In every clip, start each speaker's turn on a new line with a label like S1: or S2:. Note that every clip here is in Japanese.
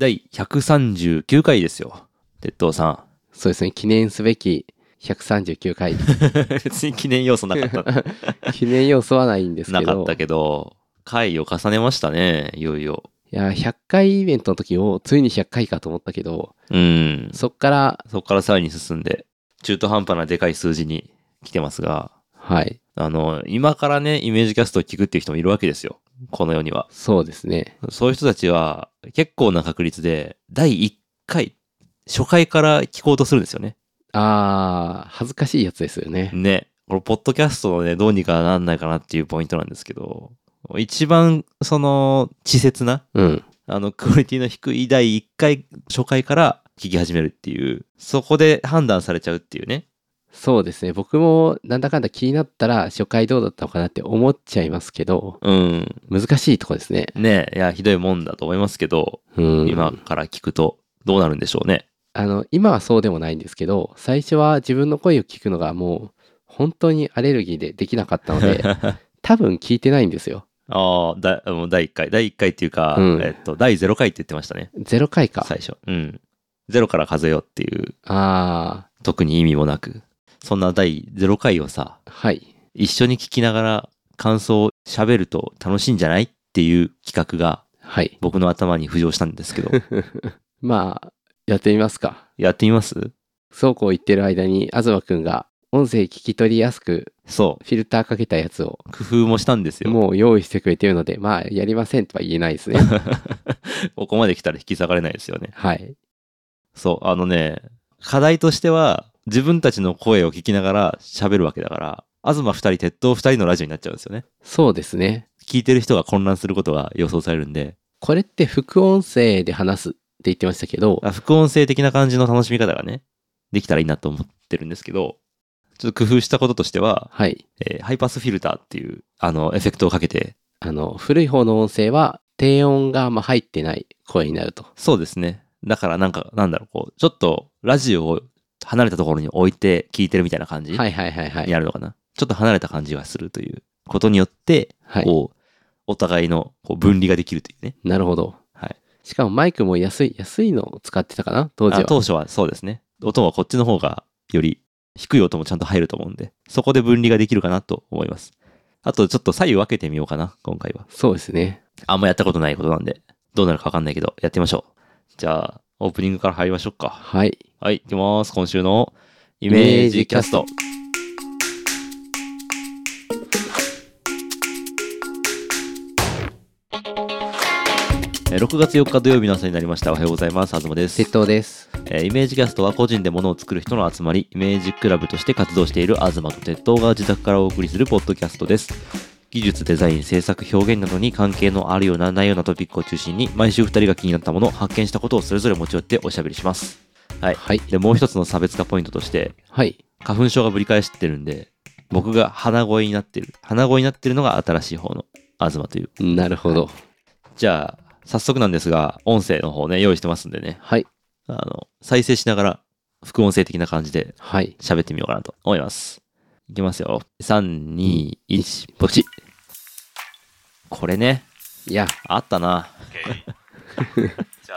S1: 第139回ですよ。鉄道さん。
S2: そうですね、記念すべき139回。
S1: 別に記念要素なかった。
S2: 記念要素はないんですけ
S1: なか
S2: ど
S1: っ、たけど、回を重ねましたね、いよいよ。
S2: いや、100回イベントの時を、ついに100回かと思ったけど、
S1: うん。
S2: そっから、
S1: そこからさらに進んで、中途半端なでかい数字に来てますが、
S2: はい、
S1: あの、今からね、イメージキャストを聞くっていう人もいるわけですよ。この世には。
S2: そうですね。
S1: そういう人たちは、結構な確率で、第1回、初回から聞こうとするんですよね。
S2: あー、恥ずかしいやつですよね。
S1: ね。これ、ポッドキャストのね、どうにかなんないかなっていうポイントなんですけど、一番、その、稚拙な、
S2: うん。
S1: あの、クオリティの低い第1回、初回から聞き始めるっていう、そこで判断されちゃうっていうね。
S2: そうですね。僕も、なんだかんだ気になったら、初回どうだったのかなって思っちゃいますけど、
S1: うん。
S2: 難しいとこですね。
S1: ねいや、ひどいもんだと思いますけど、
S2: うん。
S1: 今から聞くとどうなるんでしょうね。
S2: あの、今はそうでもないんですけど、最初は自分の声を聞くのがもう、本当にアレルギーでできなかったの で、多分聞いてないんですよ。
S1: ああ、だ、もう第1回。第1回っていうか、
S2: うん
S1: えっと、第0回って言ってましたね。
S2: 0回か。
S1: 最初。うん。ゼロから数えようっていう、
S2: あ
S1: 特に意味もなく。そんな第0回をさ、
S2: ー、はい。
S1: 一緒に聞きながら感想を喋ると楽しいんじゃないっていう企画が
S2: はい。
S1: 僕の頭に浮上したんですけ ど、
S2: まあ、やってみますか。
S1: やってみます
S2: そうこう言ってる間に、東くんが、音声聞き取りやすく、
S1: そ
S2: フィルターかけたやつを、
S1: う。工夫もしたんですよ。
S2: もう用意してくれてるので、まあ、やりませんとは言えない ですね。
S1: ここまで来たら引き下がれないですよね。
S2: はい。
S1: そう、あのね、課題としては、自分たちの声を聞きながら喋るわけだから、東二人、鉄塔二人のラジオになっちゃうんですよね。
S2: そうですね。
S1: 聞いてる人が混乱することが予想されるんで、
S2: これって副音声で話すって言ってましたけど、
S1: あ副音声的な感じの楽しみ方がね、できたらいいなと思ってるんですけど、ちょっと工夫したこととしては、
S2: はい。
S1: えーハイパスフィルターっていう、あの、エフェクトをかけて、
S2: あの、古い方の音声は、低音があんま入ってない声になると。
S1: そうですね。だからなんか、なんだろう、こう、ちょっとラジオを離れたところに置いて聞いてるみたいな感じ
S2: はいはいはいはい。
S1: になるのかな。ちょっと離れた感じがするということによって、
S2: はい。
S1: こう、お互いのこう分離ができるというね。
S2: なるほど。
S1: はい。
S2: しかもマイクも安い、安いのを使ってたかな当時
S1: あ
S2: は。
S1: 当初はそうですね。音はこっちの方がより低い音もちゃんと入ると思うんで、そこで分離ができるかなと思います。あとちょっと左右分けてみようかな、今回は。
S2: そうですね。
S1: あんまやったことないことなんで、どうなるかわかんないけど、やってみましょう。じゃあ、オープニングから入りましょうか。
S2: はい。
S1: はい、いきます。今週のイメージキャスト。えー6月4日土曜日の朝になりました。おはようございます。東です。
S2: 鉄塔です。
S1: えーイメージキャストは個人で物を作る人の集まり、イメージクラブとして活動している東と鉄塔が自宅からお送りするポッドキャストです。技術、デザイン、制作、表現などに関係のあるようなないようなトピックを中心に、毎週2人が気になったもの、発見したことをそれぞれ持ち寄っておしゃべりします。はい。
S2: はい。
S1: で、もう一つの差別化ポイントとして、
S2: はい。
S1: 花粉症がぶり返してるんで、僕が鼻声になってる。鼻声になってるのが新しい方の東という。
S2: なるほど。
S1: じゃあ、早速なんですが、音声の方ね、用意してますんでね、
S2: はい。
S1: あの、再生しながら、副音声的な感じで
S2: はい。
S1: 喋ってみようかなと思います。いきますよ。3、2、1、ポチ。これね、
S2: いや、
S1: あったな。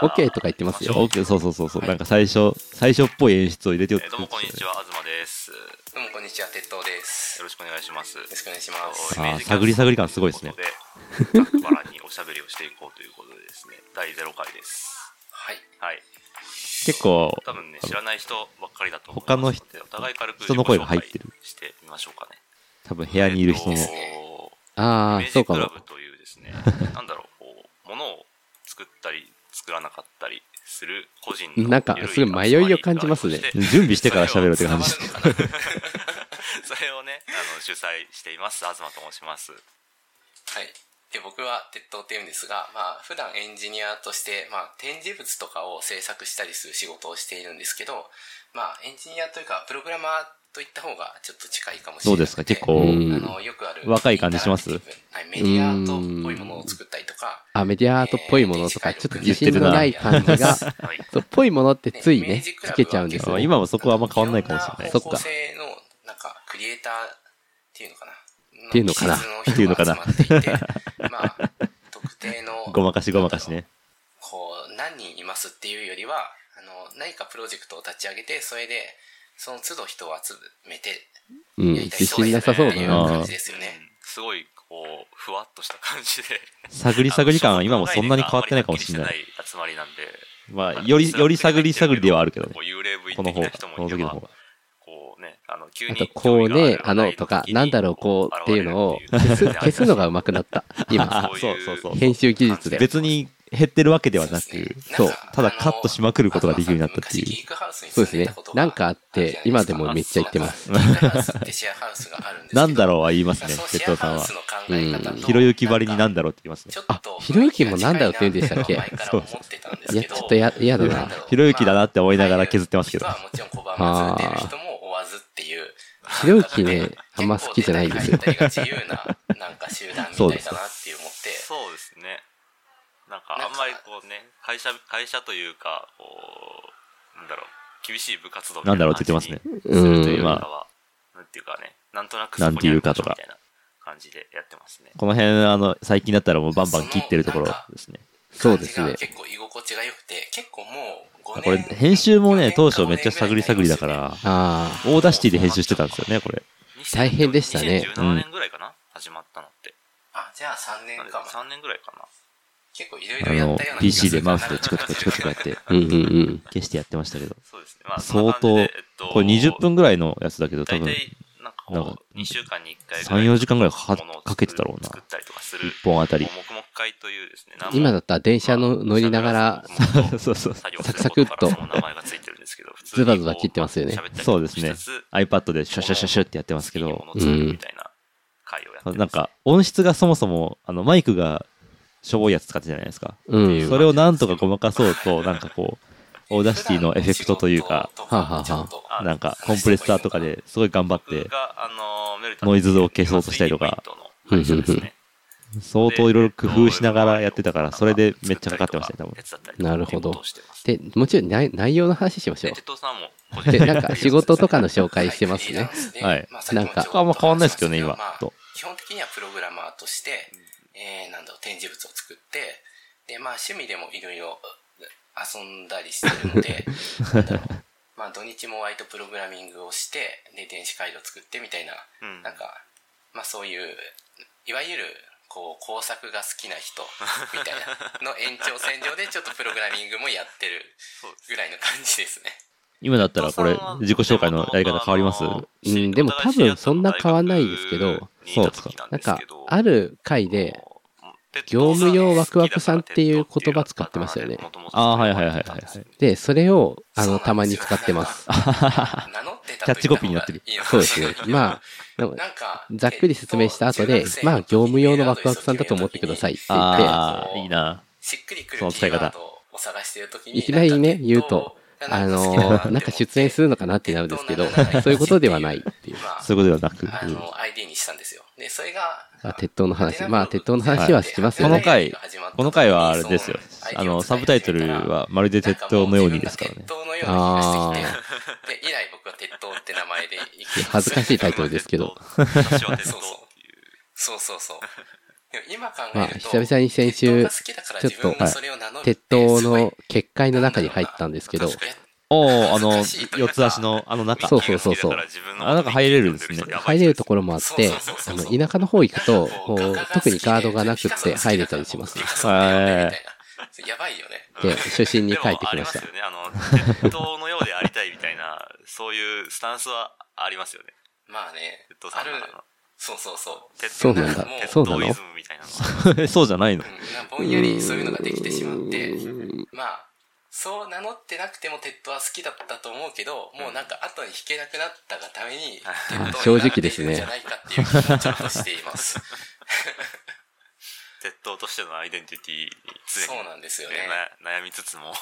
S2: OK とか言ってますよ。
S1: オッケーそうそうそうそう、なんか最初、最初っぽい演出を入れてよ
S3: えーどうもこんにちは、東です。よ
S2: どうもこんにちは、鉄塔です。
S3: ろしくお願いします。よ
S2: しくお願いし
S1: すあー探り探り感すごいですね。
S3: ざっくばらんにおしゃべりをしていこうということでですね、第0回です。
S2: はい。
S3: はい。
S1: 結構、
S3: 多分ね、知らない人ばっかりだと思い
S1: 他の
S3: ます
S1: 人
S3: ので、お互い軽く
S1: 人の声が入ってる
S3: 自己紹介してみましょうかね。
S1: 多分部屋にいる人の
S3: えーとイ
S2: あ
S3: メ
S2: あ、
S3: ー
S2: そう
S3: ジ
S2: か
S3: クラ
S2: も。
S3: ブというですね、なんだろう、こう、ものを作ったり、作らなかったりする個人の
S2: なんか
S3: 緩い
S2: すごい迷いを感じますね
S3: 集まり
S1: 準備してから喋ろうって 感じ。
S3: それをね、あの主催しています、東と申します。
S4: はい。で、僕は鉄塔って言うんですが、まあ、普段エンジニアとして、まあ、展示物とかを制作したりする仕事をしているんですけど、まあ、エンジニアというか、プログラマーといった方がちょっと近いかもし
S1: ど
S4: れな
S1: う
S4: い
S1: ですか結
S2: う
S1: 構、
S4: あ
S2: ん。
S4: の、よくある。
S1: 若い感じします
S4: インタラクティブはい、メディアアートっぽいものを作ったりとか、
S2: あ、メディアアートっぽいものとか、ちょっと自信のない感じが、 そ
S3: はい。
S2: う、っぽいものってついね、つけちゃうんです
S1: あ
S2: よ。
S1: 今もそこはあんま変わんないかもしれない
S4: そ
S2: そっ
S4: っ
S2: か
S4: か。の、なんか、クリエイターっていうのかな。って
S2: いうのかな
S4: ってい うのかな。まあ、特定の、
S1: ごまかしごまかしね。
S4: こう、何人いますっていうよりはあの何かプロジェクトを立ち上げてそれでその都度人を集めて
S2: う
S4: や
S2: ん、
S4: りたい
S2: 自
S4: 人が
S2: 信
S4: いる
S2: な
S4: って
S2: さそうだ
S4: いう
S2: な。
S4: 感じですよね。
S3: すごい、こう、ふわっとした感じで。
S1: 探り探り感は今もそんなに変わってないかもしれない。。
S3: 集まりなんで。
S1: まあ、より、より探り探りではあるけどね
S3: こ。う幽霊部員
S1: この
S3: 的
S1: 方
S3: な
S1: が、
S3: 人も
S1: この
S3: いれ
S1: 時の
S3: ば
S1: 方、が。
S3: こうね、あの、急
S2: あ
S3: に。
S2: と、こうね、あの、とか、なんだろう、こうっていうのを消 す、消すのが上手くなった。今、
S1: あ そうそうそう。
S2: 編集技術で。
S1: 別に減ってるわけではなく
S4: そうです、ね
S1: そう
S4: なんか、
S1: ただカットしまくることができるようになったって
S4: あの昔
S1: い
S4: ギークハウスに
S2: そうで
S4: 住
S2: す
S4: んで
S2: ね
S4: たこと。が
S2: なんかあって、今でもめっちゃ言ってます。
S4: ギークハウスってシェアハウスがあるんです
S1: う。
S4: けど
S1: なんだろうは言いますね
S4: その、シ
S1: 哲
S4: ェア
S1: 夫さ
S4: ハ
S1: ん
S4: ウ
S1: は
S4: ス。の考え方と
S2: うん
S1: ひろゆきばりになんだろうって言いますね
S4: ち。ょっと
S2: あひろゆきもなんだろうって言うんでしたっけ
S4: 前から思ってたんです
S2: いや、
S4: けど
S2: ちょっとや、嫌だ
S4: なん
S2: な
S4: だ。ろう
S1: ひろゆきだなって思いながら削ってますけど
S4: まあ入る人はもちろん拒まず、出る人も追わずっていう。
S2: ひろゆきね、あんま好きじゃないんですよ。
S4: 結構出たり入ったりが自由な、なんか集団みたいだなって思って。
S3: そうですね。なんか、あんまりこうね、会社、会社というか、こう、なんだろう、厳しい部活動みた
S1: ないんだろう
S3: 感
S1: って
S3: じ
S1: 言
S3: に
S1: ってますね。
S3: すると
S2: う
S3: い
S2: ん
S3: う
S1: まあ
S3: かは、なんていうかね、なんとなく
S1: なんていうかとか
S3: そこにある場所みたいな感じでやってますね。
S1: この辺、あの、最近だったらもうバンバン切ってるところですね。
S2: そうです
S4: 感
S2: ね
S4: じが。結構居心地が良くて、結構もう
S1: あ
S4: 5年。
S1: これ、編集もね、当初めっちゃ探り探りだか
S4: あ
S1: ら、
S2: あ
S1: オーダーシティで編集してたんですよね、これ。
S2: 大変でしたね
S1: うん
S3: 2017年ぐらいかな、始まったのって。
S4: じゃあ3年
S3: なんで
S4: かも。
S3: 3年ぐらいかな。
S4: 結構いろい
S1: あ
S4: ろや
S1: の
S4: ったような、気がす
S1: PC で
S4: る
S1: マウスでチコチコチコチコやって、
S2: あ。うんうんうん。
S1: 消してやってましたけど。
S3: そうですね。まあ、そんな
S1: 相
S3: 感じ
S1: 当
S3: で、えっと、、
S1: これ20分ぐらいのやつだけど、多
S3: 大
S1: 分、
S3: 体、なんか
S1: なん
S3: こ
S1: か
S3: う、2週間に1回
S1: 3、4時間ぐらいか
S3: ものを作る
S1: かけてたろうな
S3: 作。ったりとかする
S1: 1。本あたり
S3: も。う黙々会というですね、
S2: 今だったら電車の乗りながら、
S1: そうそう。
S2: サクサクっと ズバズバ切ってますよね
S1: そうですね。iPad でシュシュシュシュってやってますけど、
S3: みたいな会をやってます
S1: なんか、音質がそもそも、あの、マイクが、しょぼいやつ使ってたじゃないですか。
S2: うん。
S1: それをなんとかごまかそうと、なんかこう、オーダーシティのエフェクトというか、
S2: は
S4: は
S2: あはあはあ
S3: あ
S1: なんかコンプレッサーとかですごい頑張って
S3: 僕、があのメルタ
S1: ノイズを消そうとしたりとか
S3: ノイズイベントの会社ですね
S1: 相当いろいろ工夫しながらやってたから、それでめっちゃかかってましたね、多分。
S2: なるほど
S3: で、
S2: で、もちろん内内容の話しましょ
S3: で哲藤さんも個人
S2: う。で、
S3: 的に
S2: なん か仕事とかの紹介してますね。。
S1: はい
S2: なんか
S1: あんま変わんないですけどね、今
S4: まあ
S1: と。
S4: 基本的にはプログラマーとして、えー、なんだろう、展示物を作って、で、まあ趣味でもいろいろ遊んだりしてるので、なんだろうまあ土日も割とプログラミングをして、で、電子回路作ってみたいな、
S3: うん
S4: なんか、まあそういう、いわゆる、こう、工作が好き な人、みたいな、の延長線上でちょっとプログラミングもやってる
S3: そうです
S4: ぐらいの感じですね。
S1: 今だったらこれ、自己紹介のやり方変わります
S2: うん、でも多分そんな変わんないですけど、
S1: そうですか
S2: なんか、あ
S3: る
S2: る回で、、業務用ワクワクさんっていう言葉使ってましたよね
S1: あーはいはいはいはい
S2: で、それを、あ
S4: そ
S2: の、
S4: うなんですよ
S2: たまに使ってます。
S4: 名乗ってた
S1: キャッチコピーになってる
S4: と言った
S2: そ
S4: 方
S2: う
S4: がい
S2: で
S4: いのか
S2: す
S4: な
S2: ね。まあ、でも
S4: なんか、
S2: ざっくり説明した後で、まあ、業務用のワクワクさんだと思ってくださいって言って、
S1: ああ、いいな。
S4: しっくりくる
S1: その使い方
S4: キーワードを探してるときに
S2: いきなりね、言うと、あのー、なんか出演するのかなってなるんですけど、そういうことではないっていう。
S4: まあ
S1: そういうことではなく、
S4: あの、ID にしたんですよ。で、それが、
S2: あ鉄塔の話。まあ、鉄塔の話はします
S1: こ
S2: よ
S1: の
S2: ね。
S1: 回、この回はあれですよ。あの、サブタイトルはまるで鉄塔のようにですからね
S4: なん。もう自分が鉄塔のようにしてきて、で、以来僕は鉄塔って名前で生きてます
S2: 恥ずかしいタイトルですけど。
S3: 私は鉄道っていう
S4: そうそうそう。でも今考えると、
S2: まあ、久々に先週、
S4: ち
S2: ちょっと
S4: 鉄
S2: 鉄
S4: 塔
S2: 塔の結界の中に入ったんですけど、
S1: おおあの、四つ足の、あの中。
S2: そうそうそうそう。
S1: あなんか入れるんですね
S2: 入れるところもあって、
S4: そうそうそう
S2: あ
S4: そう
S2: の、田舎の方行くと、こ
S4: こう
S2: う
S4: 画が好きで
S2: 特にガードがなくって入れたりします。
S4: ピ
S2: で、
S4: カソだよねみたいなやばいよね。
S2: 初心に帰ってきました
S3: で。もありますよね。あの、鉄塔のようでありたいみたいな、そういうスタンスはありますよね。
S4: まあね
S3: 鉄塔、さ
S4: あ
S3: ん
S4: る
S3: の中の。
S4: そうそうそう。
S3: 鉄
S2: そう
S3: 塔
S2: なんだ
S3: も
S2: そうなの
S3: 鉄塔イズムみたいなのが
S1: そうじゃないの。
S4: うんなんかぼんやりそういうのができてしまって、まあ、そう名乗ってなくても鉄塔は好きだったと思うけど、もうなんか後に弾けなくなったがために、鉄塔になっているんじゃないかっていう気もちょっとしています。
S3: 鉄塔としてのアイデンティティに 常
S4: そ
S3: に
S4: うなんですよね。
S3: な悩みつつも、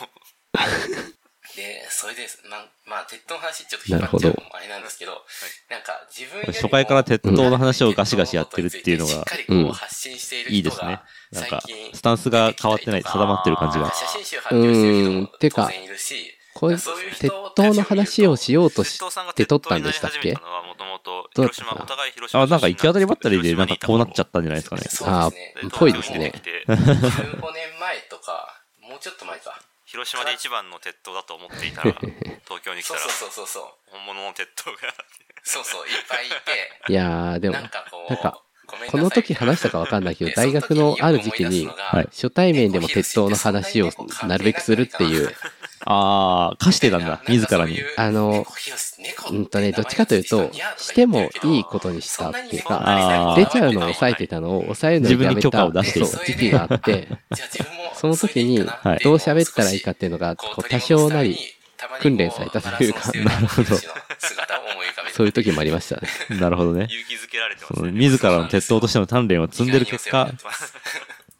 S4: で、それで、なんまあ、鉄塔の話ちょっと引っ張っちゃうのもあれなんですけど、なんか自分よりも
S1: 初回から鉄塔の話をガシガシやってるっていうの
S4: しっ
S1: が
S4: か、りこう発信している
S1: いい
S4: 人
S1: ですね
S4: が。
S1: なん
S4: 最
S1: か
S4: 近、、
S1: スタンスが変わってない、定まってる感じ
S4: なん
S1: が
S4: か。写真集発表してる人も当然いるし、
S2: これ、
S4: そういう人
S2: 鉄塔の話をしようとし
S3: 鉄塔さんが
S2: て
S3: 鉄
S2: 撮っ
S3: 塔
S2: た
S3: に
S2: ん
S3: な
S2: で
S3: り
S2: したっ
S3: 始め
S2: け
S3: たのは、もともと
S2: どうだった
S3: 広
S2: か
S3: 島、
S2: な
S3: お互い広島
S1: あ、なんか行き当たりばったりで、なんかこうなっちゃ
S3: っ
S1: ったんじゃないですかね。
S4: そう
S2: ああ
S4: ですね。
S2: ー、ぽいですね。
S3: て
S4: 15年前とか、もううちょっと前か
S3: 広島で一番の鉄塔だと思っていたら東京に来た
S4: そう
S3: ら
S4: そうそうそうそう
S3: 本物の鉄塔が
S4: そうそういっぱいいて
S2: いや ー、でも
S4: な、んかこう
S2: なんか
S4: ごめんなさい
S2: この時話したかわかんないけど、
S4: で
S2: 大学のある時期
S4: その時に
S2: に、
S4: よく思い出すのが
S1: はい
S2: 初対面でも鉄塔の話をなるべくするっていう、
S1: ああ、貸してたんだ、自らに。
S2: あのうんとね、どっちかというと、してもいいことにしたっていうか、
S1: あー
S2: 出ちゃうのを抑えてたのを抑えるのをやめ
S1: 自分に許可を
S2: た
S1: 出して
S2: そう時期があって、その時に
S1: はい
S2: どう喋ったらいいかっていうのが、こう多少なり、訓練されたというか
S1: なるほど
S2: そういう
S4: 時
S2: 時もありましたね。
S1: なるほどね。
S3: 勇気づけられてま
S1: そ
S3: す
S1: の
S3: ね
S1: 自ら の鉄塔としての鍛錬を積んでる結果、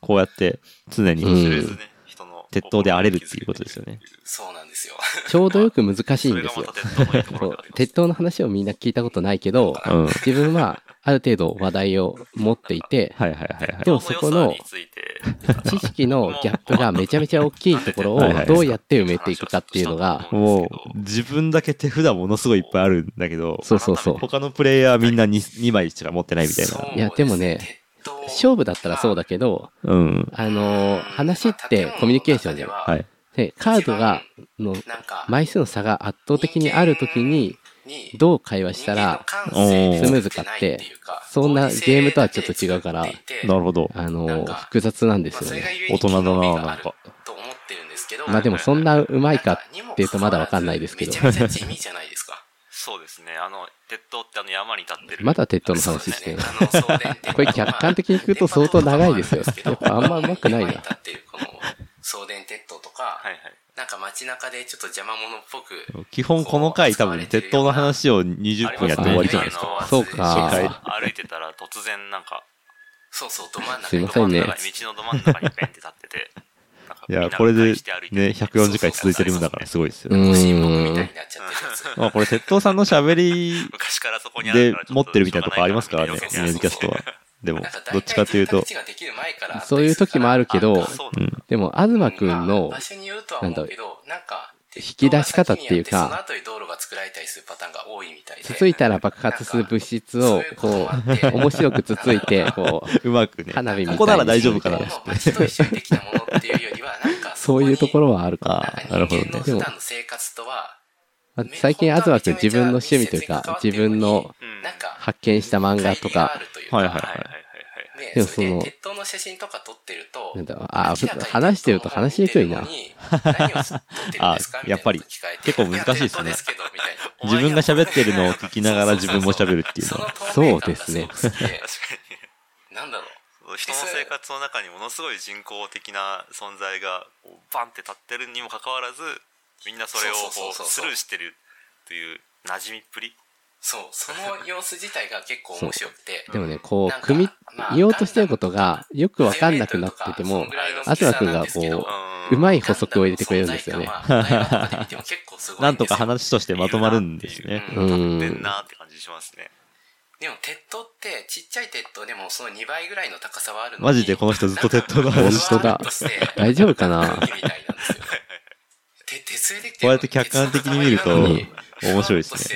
S1: こうやって常
S2: う
S1: に
S2: ん
S3: とりあえずね人の
S1: 鉄塔で荒れるっていうことですよね。
S4: そうなんですよ
S2: ちょうどよく難しい
S3: そ
S2: ん
S3: れ
S2: で
S3: が
S2: す
S3: ま
S2: よ
S3: た。鉄塔のいい
S2: そう
S3: ところであります
S2: 鉄塔の話をみんな聞いたことないけど、
S1: うん。はい
S2: 自分はある程度話題を持っていて、
S1: はいはいはい。
S2: でもそこの
S3: 鉄塔良さについ
S2: 知
S3: て
S2: 識のギャップがめちゃめちゃ大きいところをどうやって埋めていくかっていうのが、
S1: もう、自分だけ手札ものすごいいっぱいあるんだけど、
S2: そうそうそう。
S1: 他のプレイヤーみんな 2, 2枚しか持ってないみたい
S4: そう
S1: な。
S2: いやでもね
S4: 鉄塔
S2: 勝負だったらそうだけど、
S1: うん。
S2: あのー、話ってコミュニケーションじゃん。
S1: はい。
S2: で、カードが、の、
S4: なんか
S2: 枚数の差が圧倒的にある時に、
S4: に
S2: どう会話したら、
S1: スム
S2: ーズかってそんなゲームとはちょっと違うから
S1: なるほど。
S2: あ
S4: なん
S2: のー、
S4: か
S2: 複雑なんで
S4: です
S2: よね。
S1: 大人だななんか。
S4: と思ってるんですけど
S2: まあでもそんなうまいかっていうとまだわかんないですけど
S4: めち、ゃめちゃ地味じゃないですか。
S3: そうですねあの鉄塔ってあの山に立ってる
S2: まだ鉄塔の話してる。
S4: そう ですね。あの送電鉄塔
S2: これ客観的に聞くと相当長いですよやっぱあんま上手く ないな
S4: 今立ってるこの送電鉄塔とか、
S3: はいはい
S4: なんか街中でちょっと邪魔者っぽく、
S1: 基本この回多分鉄塔の話を20分やって終わりじゃないですか。
S3: か
S2: そうか。
S3: 歩いてたら突然なんか
S4: そうそう、ど真ん中に
S2: すいませ
S3: ど
S2: ん
S3: 真
S2: ね
S3: ん中に道のど真ん中にペンって立っててなんか
S1: い
S3: みんな
S1: や、
S3: が
S1: これで
S3: 返
S1: ね
S3: して歩い、てる
S1: 140回続いてるんだからすごいですよ。
S2: うん
S4: 欲しいものみたいになっちゃってるやつ。
S1: まあこれ、鉄塔さんの喋り
S3: 昔からそこにある
S1: で
S3: からちょ
S1: 持
S3: と
S1: ってるみたいなとこありますからね
S3: しょう、
S1: イ
S3: が
S1: メ
S3: な
S1: ー
S3: い
S1: ジ
S3: な
S1: キャストは。でも
S4: なんか、
S1: ど
S4: 大
S1: っちか
S4: 体
S1: というと
S4: 住宅、地ができる前からあったりす
S2: そ
S4: るから
S2: ういう時もあるけど
S3: そうなん
S1: うん、
S2: でも、東くんの
S4: まあ場所によるとは思うけど、なんか、引
S2: き出し方っていうか
S4: その後に道路が作られたりするパターンが多いみたいで。
S2: つついたら爆発する物質を、こう、面白くつついて、こう、
S1: うまくね、
S2: 花火みたいに
S1: ここなら大丈夫かな
S4: こ。の街と一緒にできたものっていうよりは、 なんか
S2: そういうとこ
S4: ろ、
S2: ろはあるか
S4: なん
S1: あ
S4: か
S1: あ、なるほど
S4: 人間の
S1: ね。
S4: 普段の生活とは、
S2: な。最近、東くん自分の趣味というか、自分の
S3: うん
S4: なんか、
S2: 発見した漫画とか、
S1: はい
S3: はいはいはい
S4: い。ね、
S2: でも
S4: それ
S2: その
S4: で鉄塔の写真とか撮ってると
S2: なん、だろうあ、話してると話しにくいな。
S4: 何を撮ってるんですか
S1: あやっぱり
S4: みたいなこと聞かれて
S1: 結構難しいですね
S4: や鉄塔けどみたいな
S1: 自分が喋ってるのを聞きながら自分も喋るっていう
S4: そ
S1: の
S4: の
S1: は。
S4: 透明感が
S2: そうですね
S4: ごく好きで
S3: 確か に
S4: なんだろう。
S3: 人の生活の中にものすごい人工的な存在がこうバンって立ってるにもかかわらずみんなそれをこ
S4: そうそうそう
S3: う
S4: そ
S3: ス
S4: う
S3: ルーしてるという馴染みっぷり
S4: そう、その様子自体が結構面白く て。
S2: でもね、こう、組み、言おうとしてることが、よくわかんなくなってても、東くんがこう、うまい補足を入れてくれるんですよね。
S1: なんとか話としてまとまるんですね。
S4: う
S2: う
S3: でん
S2: ん。
S3: なーって感じしますね
S4: でも鉄塔ってちっちゃい鉄塔でもその2倍ぐらいの高さはあるのに
S1: マジでこの人ずっと鉄塔の話
S2: してた
S4: なんかふわーっとして
S2: 大丈夫かな
S4: 空気みたいなん ですよて鉄製できて
S1: こうやって客観的に見ると
S4: 鉄の塊なのに
S1: 面白いですね
S4: ふわーっとして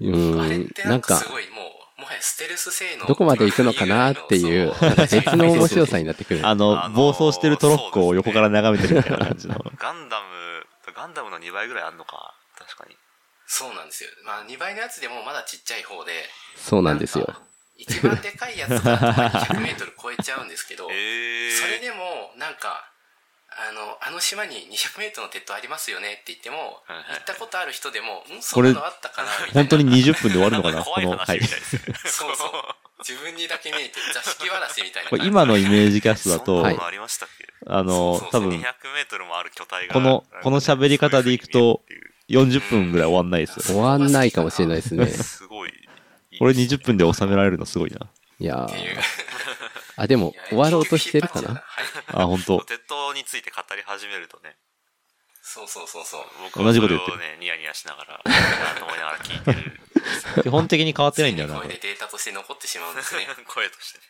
S2: う
S4: あれっ
S2: ん
S4: て。
S2: な
S4: なん
S2: ん
S4: か
S2: か
S4: す、ごいもうもはやステルス性能
S2: どこまで行くのかなっていう、
S4: そ
S2: なんか別の面白さになってくる。
S1: あの
S3: あ、の
S1: 暴走してるトロッコを横から眺めてるみたいな感じの。
S3: ガンダムガンダムの2倍ぐらいあんのか確かに
S4: そうなんですよまあ2倍のやつでもまだちっちゃい方で
S2: そうなんですよ
S4: か。一番でかいやつが1 0 0ル超えちゃうんですけど
S3: えー、
S4: それでもなんかあのあの島に2 0 0ルの鉄塔ありますよねって言っても、
S3: はいはい
S4: 行ったことある人でも「んそんなのあったかな」みたい
S1: 本
S4: な
S1: 当に20分で終わるのか
S3: なん
S1: な
S3: か
S1: こ
S3: 怖い
S1: の
S3: 話
S1: 回
S3: み。たいですね、
S4: そうそう自分にだけ見えて座敷わらしみたいな
S1: これ今のイメージキャストだ
S3: そん
S1: と
S3: な、のありましたっけ、
S1: あの
S4: そう、
S1: 多
S3: 200
S1: 分
S3: メートルもある巨体が
S1: このこの喋り方でいくと
S3: そういう風に見える
S1: 40分ぐらい終わんないです
S2: 終
S1: よ。
S2: わんないかもしれないです
S3: っ
S2: ね
S3: てい。うすごい
S1: これ20分で収められるのすごいな。
S2: いやー
S4: っていう
S2: あ、でも、終わろうとしてるか
S4: はい
S2: な
S1: あ、本当
S3: 鉄塔について語り始めるとね
S4: そうそうそうそう
S3: 僕
S1: 同
S3: は
S1: じ
S3: そ
S1: こと
S3: れ
S1: 言ってる
S3: をねニヤニヤしながらいいなと思いながら聞いてる
S1: 基本的に変わってないんだよな。
S4: 声でデータとして残ってしまうんです ね
S3: 声としてね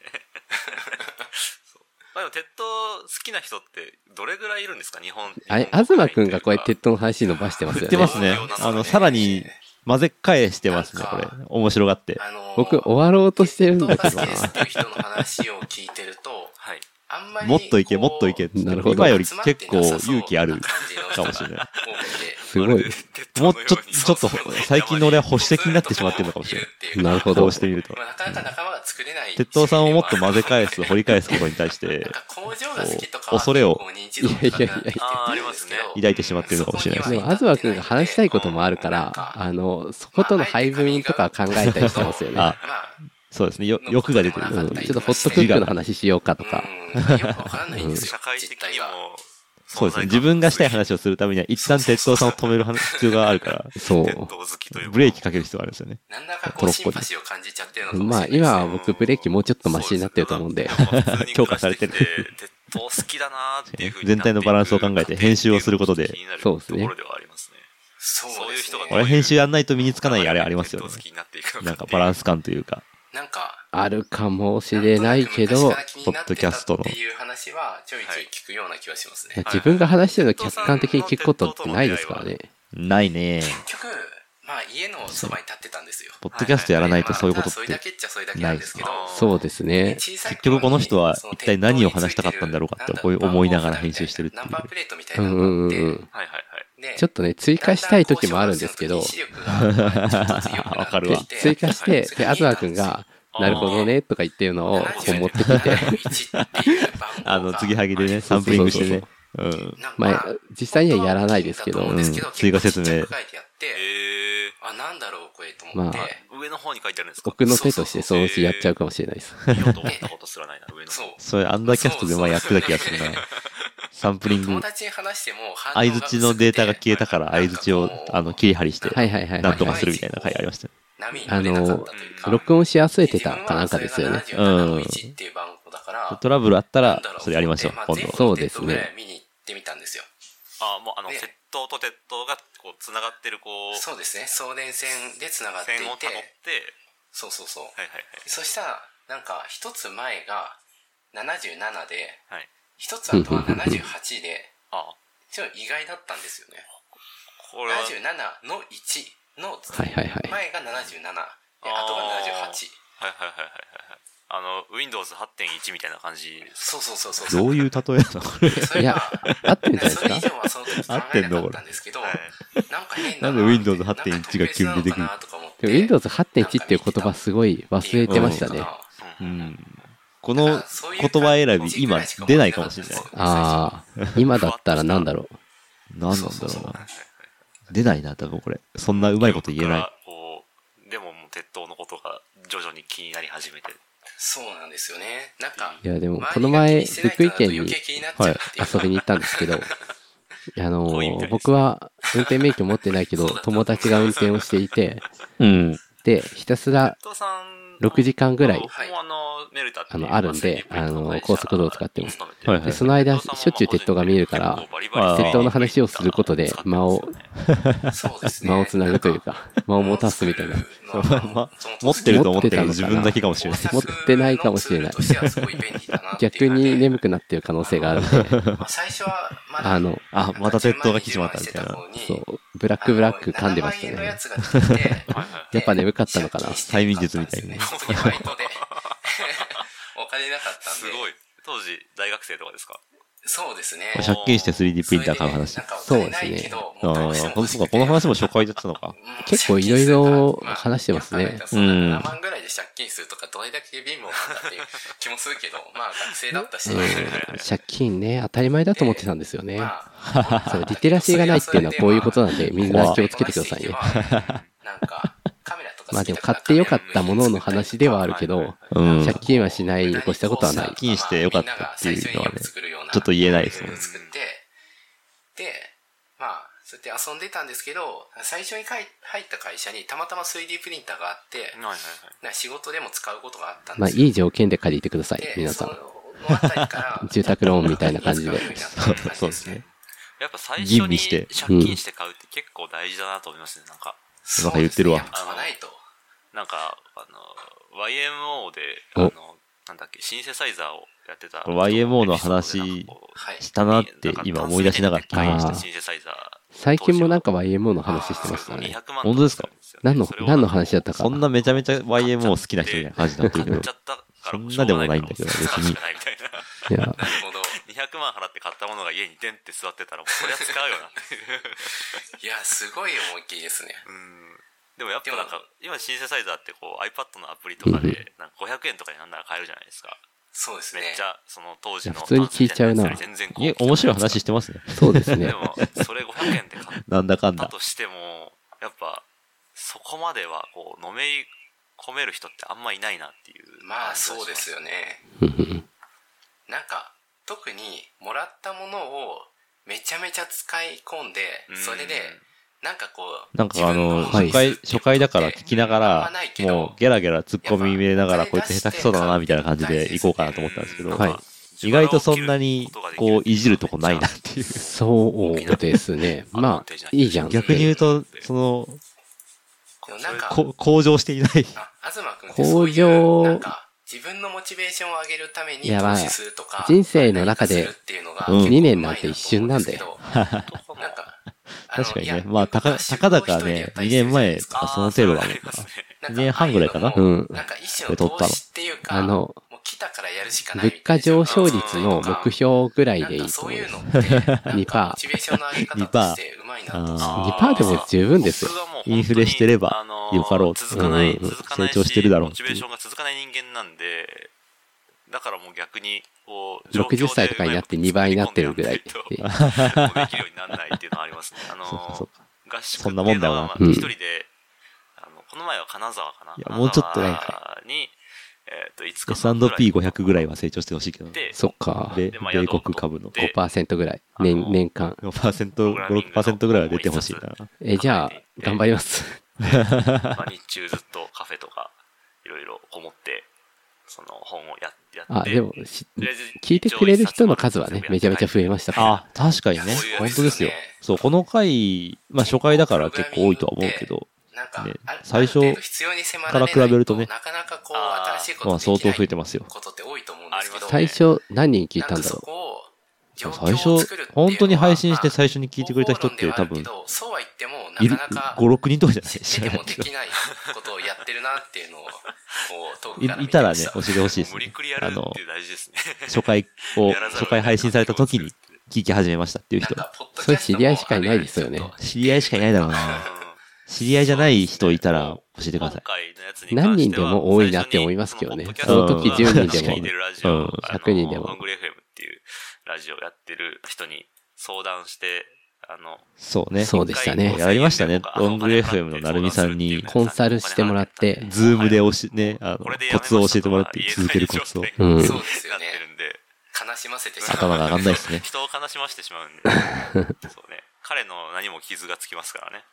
S3: そうまあでも鉄塔好きな人ってどれぐらいいるんですか日本
S2: あれ、
S3: 日本国
S2: 東
S3: 内
S2: くんがこうやって
S3: とい
S2: 鉄塔の話伸ばしてます
S1: 振
S2: よ
S1: って。
S2: ね
S1: ますね。あの、さらに混ぜ返してますね、これ。面白がって。
S4: あのー
S2: 僕、終わろうとしてるんだけど
S4: 鉄塔が好きですって
S2: な。
S4: いう人の話を聞いてると
S3: うはい
S4: あんまり
S1: もっといけ、
S4: こう
S1: もっといけっつって
S2: なるほど
S1: 今より結構勇気あるかもしれ
S4: い。
S1: ない。
S2: すごい。
S1: もうちょっと、ちょっと、最近の俺は保守
S4: 指
S1: 的になってしまってるのかもしれない。
S2: なるほど
S1: こうしてみると。
S4: まあ、なかなか仲間が作れない。
S1: 鉄塔さんをもっと混ぜ返す、掘
S4: り。
S1: り返すことに対して
S4: なん、か工場が好きとか
S1: こう
S4: は
S1: 恐れを
S4: 結構認知度が高くなってるんです
S3: いやいや
S4: けど
S3: いやあーありますね
S1: 抱いてしまってるのかもしれない
S2: でも、東くんが話したいこともあるから、あの、そことの配分とか考えたりしてますよね。
S1: あ
S4: まあ、
S1: そうですね、よ欲が出てる。
S2: う
S1: うんん
S2: ちょっとホットクックの話しようかとか。
S4: うんよくわからないんですよ。
S3: 社会的にも、
S1: そうですね、自分がしたい話をするためには、一旦鉄塔さんを止める話必要があるから、
S2: そ
S3: 鉄塔
S2: う。
S3: 好きという
S1: ブレーキかける必要があるんですよね。
S4: なんだかこう、シンパシーを感じちゃってるのかもし
S2: まあ、
S4: れないですね。
S2: 今は僕ブレーキもうちょっとマシになってると思うんで。
S1: 強化されてる
S3: 鉄塔好きだなーっていうふうに
S1: 全体のバランスを考えて編集をすることで
S2: そうですね
S3: ところではありますね。
S4: そうですね
S3: そういう人が
S1: 俺編集やんないと身につかないあれありますよね
S3: 鉄塔好。きになっていくのかっていう
S1: なんかバランス感というか。
S4: なんか、
S2: あるかもしれないけど、
S1: ポッドキャストの
S4: っていう話はちょいちょい聞くような気がしますね。
S2: 自分が話してるのを客観的に聞くことってないですからね。
S1: ないね
S4: 結局、まあ家のそばに立ってたんですよ。
S1: ポッドキャストやらないとそういうことっ
S4: まあそれだ
S1: て。
S4: けっちゃそれだけなんですけど。
S3: ないですね
S2: そうですね。
S4: 小さい頃に
S1: 結局この人は一体何を話したかったんだろうかってこういう思いながら編集してるっていう
S4: ナンバープレートみたいうなんの
S2: うん
S4: があっ
S2: う
S4: て
S2: んうん。
S3: はいはいはい。
S4: で
S2: ちょっとね、追加したい時もあるんですけど、
S1: わかるわ
S2: 追加して、で、東くんが、なるほどね、とか言ってるのをこう持ってきて、
S1: あの、継ぎはぎでね、サンプリングしてね。うん。
S2: まあ、実際にはやらないですけど、
S1: ん追加説明
S3: え
S4: あ、なんだろう、これと思
S2: ま
S4: って。
S2: あ
S3: ー、上の方に書いてあるんですか
S2: 奥の手としてそのうちやっちゃうかもしれないです。
S3: 見ようと思ったことすらないな、上の方。
S4: そう。
S1: それ、アンダーキャストで前やってた気がするな。サンプリン
S4: 友
S1: グ。
S4: 達に話しても反応が
S1: 相槌のデータが消えたから、相槌を、あの、切り張りして、
S2: はいはいはい
S1: な
S2: は
S1: んと
S2: い
S1: か。するみたいな回ありましたよ。
S4: 波に乗れなかったというか
S3: あの
S2: 録音し忘れてたかなんかですよね。
S4: 自分はまあそれが77の1っていう番号だから、
S1: トラブルあった
S4: なん
S1: ら
S4: だろ、う
S1: それやりましょう
S4: と、
S1: 今
S4: 思って
S1: 度。
S2: そうですね。
S4: まあ全部のテストぐらい見に行ってみたんですよ。
S3: あー、もうあの、
S4: ね
S3: 鉄塔と鉄塔がこう、繋がってるこう、
S4: そうですね。送電線で繋がってい
S3: 線をた
S4: て
S3: どっ、て、
S4: そうそうそう。
S3: はいはい
S4: そしたら、なんか、一つ前が77で、
S3: はい。はい。
S4: 一つ後は78で、
S3: あー、
S4: ちょっと意外だったんですよね。
S3: これは、
S4: 77の1の、
S2: はいはいはい
S4: 前が77、で、
S3: あー
S4: 後が78。
S3: はいはいはいはいはい。あの、Windows 8.1みたいな感じです。
S4: そうそうそうそう。
S1: どういう例えなのこれ。
S4: それ
S2: いや
S4: が、
S2: 合ってるんじゃないです
S4: それ以
S2: か
S4: 上はその時考えなかったんですけど、
S3: はい。
S4: なんか変だな
S1: なんで Windows 8.1が急に出てくる
S4: なんか特別なのかなとか思って
S2: でも Windows 8.1っていう言葉すごい忘れてましたね。
S1: う
S3: うん
S1: ん。この言葉選び、今出ないかもしれない。
S2: ああ、今だったらなんだろ
S1: なんなん
S4: そ
S1: だろ
S4: うそううそう
S1: な。出ないな、多分これ。そんなうまいこと言えない。
S3: こうでももう鉄塔のことが徐々に気になり始めて。
S4: そうなんですよね。なんか、
S2: う。いや、でも、この前、
S4: 周りが
S2: 福井県
S4: 気
S2: に
S4: にしてないと余計気になっちゃうっていう
S2: 遊びに行ったんです けど、あの
S3: 多いみたいです、
S2: 僕は運転免許持ってないけど、友達が運転をしていて、
S1: うん。
S2: で、ひたすら
S3: 鉄塔さん
S2: 6時間ぐらい、
S3: 僕もあの、メルタって
S2: あのあるんであの高速道路使ってます。
S1: はいはい
S2: でその間、しょっちゅう鉄塔が見えるから、鉄塔の話をすることで間を
S4: そうですね。
S2: 間をつなぐという か、間を持たすみたいな。
S4: まあ
S1: ま
S4: その
S1: 持ってると思ってるの
S2: 持って
S1: 自
S2: たのかな
S1: 分だけかもしれない。
S2: 持ってないかもしれない
S4: 工作のツールとしてはすごい便利だなってい
S2: 逆
S4: うので
S2: に眠くなってる可能性がある ので、
S4: まあ最初はまだ
S2: あの、
S1: あ、また鉄塔が来てしまったみたいな。
S4: そ
S2: そう、ブラックブラック噛んでました
S4: のや
S2: ね。
S4: つが来て
S2: やっぱ眠かったのかな
S4: 借金して
S1: 催眠術みたいな
S4: 本当にバイトで。 お金なかったん
S3: す
S4: で。
S3: ごい。当時、大学生とかですか
S4: そうですね。
S1: 借金して 3D プリンター買う話
S4: そ。れでねなんかお金ないけど
S1: あ
S4: も
S1: あ
S4: うどうしても
S1: ー、そ
S4: 欲し
S1: う
S4: く
S1: か、
S4: て
S1: この話も初回だったのか。
S2: 結構いろいろ話してますね
S1: うん
S4: 7万ぐらいで借金するとか、どれだけ貧乏なんだっていう気もするけど、まあ学生だったし、
S2: 借金ね、当たり前だと思ってたんですよね。
S4: ま
S2: そう、
S4: あ、
S2: リテラシーがないっていうのはこういうことなんで、みんな
S1: 怖い
S2: 気をつけてくださいね。
S4: なんか、カメラとか
S2: まあで
S4: 好き
S2: も
S4: だ
S2: 買
S4: ら
S2: ってよかったものの話ではあるけど、
S1: うん。
S2: 借金はしないに越したことはない
S1: 借。金してよかったっていうのはねちょっと言えないですね
S4: 作って、で、まあ、そうやって遊んでたんですけど、最初にかい入った会社にたまたま 3D プリンターがあって、
S3: はいはいはい。
S4: な仕事でも使うことがあったん
S2: まあ
S4: で
S2: い
S4: すよ。
S2: い条件で借りてください
S4: で、、
S2: 皆さ
S4: そ
S2: ん。
S4: のあたりから
S2: 住宅ローンみたいな感じで
S4: 使うようになったって感じ
S1: そうですね。。
S3: やっぱ最初
S1: 吟味
S3: に
S1: して
S3: 借金して買うって結構大事だなと思いますね。なんか、
S1: なんか言ってるわ
S4: そうですねやっぱ買わないと。
S3: なんか、あの、YMO で、あ
S2: お
S3: の、なんだっけ、シンセサイザーをやってた。
S1: これ YMO の話
S4: はい。
S1: したなって今思い出しながら
S3: ダンス
S2: あー
S3: でシンセサイザー。
S2: 最近もなんか YMO の話してましたね。
S3: 200万
S1: 本当ですか
S2: 何の、何の話だったか。
S1: そんなめちゃめちゃ YMO 好きな人みたいな感じになってるけど
S3: 買っちゃ。ったから
S1: そんなでもないんだけど別に
S3: しょうがないみたいな
S2: いや、
S4: なるほど。
S3: 200万払って買ったものが家にデンって座ってたら、もうそりゃ使うよな。
S4: いや、すごい思いっきりですね。
S3: うん。でもやっぱなんか、今シンセサイザーってこう iPad のアプリとか
S2: うんうん
S3: で、なんか500円とかになんなら買えるじゃないですか。
S4: そうですね。
S3: めっちゃ、その当時の。
S2: いや普通に聞いちゃうな
S3: それ全然こう
S1: え、面白い話してますね。
S2: そうですね
S3: で。も、それ500円で買っ
S1: なんだかん
S3: た
S1: だ。
S3: としても、やっぱ、そこまでは、こう、のめり込める人ってあんまいないなっていう。
S4: まあ、そうです
S3: よ。
S4: よね。なんか、特に、もらったものを、めちゃめちゃ使い込んで
S3: うん、
S4: それで、なんかこう、
S1: なんかあの、
S4: 自分
S1: 初
S4: の
S1: 回、初回だから聞きなが
S4: あんま
S1: ら
S4: ない、けど
S1: もうゲラゲラ突っ込み入れながら、こいつ下手くそだな、みたいな感じで行こうかなと思ったんですけど、
S3: う
S2: はい
S3: なんか
S1: 意外とそんなに、こう、いじるとこないなっていう。
S2: そうですね。まあ、いいじゃん。
S1: 逆に言うと、その、
S4: でもなんか、
S1: こ向上していない。
S4: あ、東君ってそう
S2: 工
S4: いう、
S2: 業
S4: なんか、自分のモチベーションを上げるために
S2: いやまあ
S4: 投資するとか、
S2: 人生の中で
S4: 何かするっていうのが
S1: うん
S2: 2年なんて一瞬なんで
S4: 結構うまいなと思うんですけどな んか、あの
S1: 確かに
S4: い
S1: ね
S4: や。
S1: まあ、たか、たかだかね、2年前とかその程度だもんな。
S4: なんか
S1: 二年半ぐらいかな
S4: ああうのも
S2: うん
S4: なんか一種の投資っていうか、
S2: あの、
S4: もう来たからやるしか
S2: 物
S4: ないみたい
S2: 価
S4: な
S2: 上昇率の目標ぐらいでいい
S4: なんか
S2: と
S4: そう
S2: 思い
S4: い
S2: ま
S4: う
S2: す
S4: の。って、なん
S2: 2%
S4: かモチベーションの上げ方としてうまいなと思うんですよ
S1: あ
S2: 2%でも十分ですよ。
S1: インフレしてればよかろう
S3: 続かない、
S1: うんうん
S3: 続かないし
S1: 成長してるだろうっ
S3: モ
S1: て
S3: チ
S1: いう
S3: ベーションが続かない人間なんで、だからもう逆に、こう、
S2: 60歳とかになって2倍になってるぐらいで
S3: 状況でうまいこと作り込んでやんないともうできるようにならないっていうのはありま すね。あの
S1: そうか、そうか。
S3: 合宿
S1: そんなもんだよな
S3: って
S2: うん
S3: いうのはまあ一人で、あの、この前は金沢かな。
S1: いやもうちょっとなん
S3: か。に、えっ、と、いつか。
S1: S&P500 ぐらいは成長してほしいけど。
S3: で、
S2: そっか。
S1: で
S3: でまあ
S1: 米国株の
S3: 宿を取って
S2: 5%ぐらい。
S3: あの
S2: 年、年間。
S1: 5%、
S3: グラミング
S1: 5、
S3: の
S1: 6%ぐらいは出てほしいな。
S2: え、じゃあ
S3: 考えていっ、て
S2: 頑張ります。
S3: まあ、日中ずっとカフェとか、いろいろこもって、その本をややって。
S2: あ、でも、し
S3: とりあえず
S2: 聞いてくれる人の数はね、めちゃめちゃ増えましたから。
S1: あ、確かにね。
S4: そういう
S1: 本
S4: や
S1: 当
S4: つ
S1: で
S4: ですす
S1: よ
S4: よね。
S1: そう、この回、まあ初回だから結構多いとは思うけど、
S4: なんか、
S1: ね
S4: ある
S1: 最初
S4: ある程度必要に迫られない
S1: から比べるとね
S4: なかなかこう
S3: あー
S4: 新しいこと
S1: まあ
S4: できな
S1: 相
S4: い
S1: 当増えてますよ。
S4: ことって多いと思うんですけど、
S3: あ
S2: 最
S3: り
S2: 初、何人聞いたんだろ
S4: ろ
S1: 最初、本当に配信して最初に聞いてくれた人って多分、
S4: そうは言っても
S1: いる、
S4: なかな
S1: 5、
S4: か
S1: 6人とかじゃない
S4: 知
S1: 知
S4: って
S1: らない
S4: てもで
S1: けど
S4: きないことをやってるなっていうのをこう遠くから
S1: い。
S4: 見
S1: い
S4: て
S1: たら
S4: ま
S1: ね
S4: し、
S1: 教
S4: た
S1: えてほしいです
S3: 無理
S1: ね
S3: くりや。る
S1: あ
S3: って
S1: の、
S3: 大事ですね。
S1: 初回を、初回配信された時に聞き始めましたっていう
S4: なん
S1: 人。
S4: かポッドキャストも
S2: それ知り合いしかいないですよね
S4: ちょっと
S1: 知り合いしかいないだろう
S3: うん
S1: な。知り合いじゃない人いたら教えてください。
S3: い
S2: 何人でも多いなって思いますけどね
S1: その時10人でもうん
S2: 100人でも
S3: ロングレ FM っていうラジオやってる人に相談して、あの、
S1: そうね。
S2: そうでしたね
S1: やりましたね。ロング FM のなるみさんに
S2: う。、コンサルしてもらって、
S1: ズームで教え、ね、あの、コツを教えてもらって、続けるコツを。
S2: う
S3: なっ
S2: ん。
S4: そうですよね
S3: てるんで、
S4: 悲しませてしま
S1: 頭
S4: う
S1: が上がんないですね。
S3: 人を悲しましてしまうんで、そうね。彼の何も傷がつきますからね。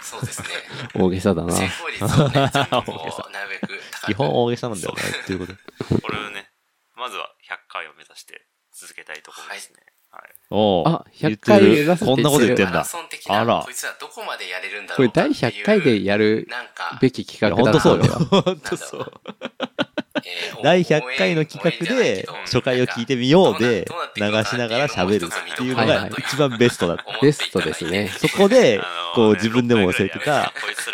S4: そうですね
S2: 大げさだな。
S4: 成功率をねちゃんと
S1: 大げ
S4: こ
S1: さ
S4: うなるべく高く
S1: 基本大げさなんだよね、っていうこと。
S3: これをね、まずは100回を目指して続けたいところですね。はい。
S1: おう
S2: あ
S1: 言っ
S2: 100
S1: てる
S2: 回目指すって言ってる
S1: こんなこと言ってん
S4: マ
S1: だ
S4: ラ。ソン的
S1: あら
S4: なこいつらどこまでやれるんだ
S2: こ
S4: ろ
S2: れ
S4: うかっ
S2: 第
S4: てい
S2: 100
S4: う
S2: 回でやる
S4: なんか
S2: べき企画
S1: 本
S2: だ
S1: 当
S2: な、
S1: そうよ。
S2: 俺は。
S1: 本当そう。
S4: えー
S1: 第100回の企画で、初回を聞いてみようで、流しながら喋るっていうのが一番ベストだった。
S2: ベストですね。
S1: そこで
S3: あの、
S1: こう
S3: ね
S1: 自分でも忘れてた、、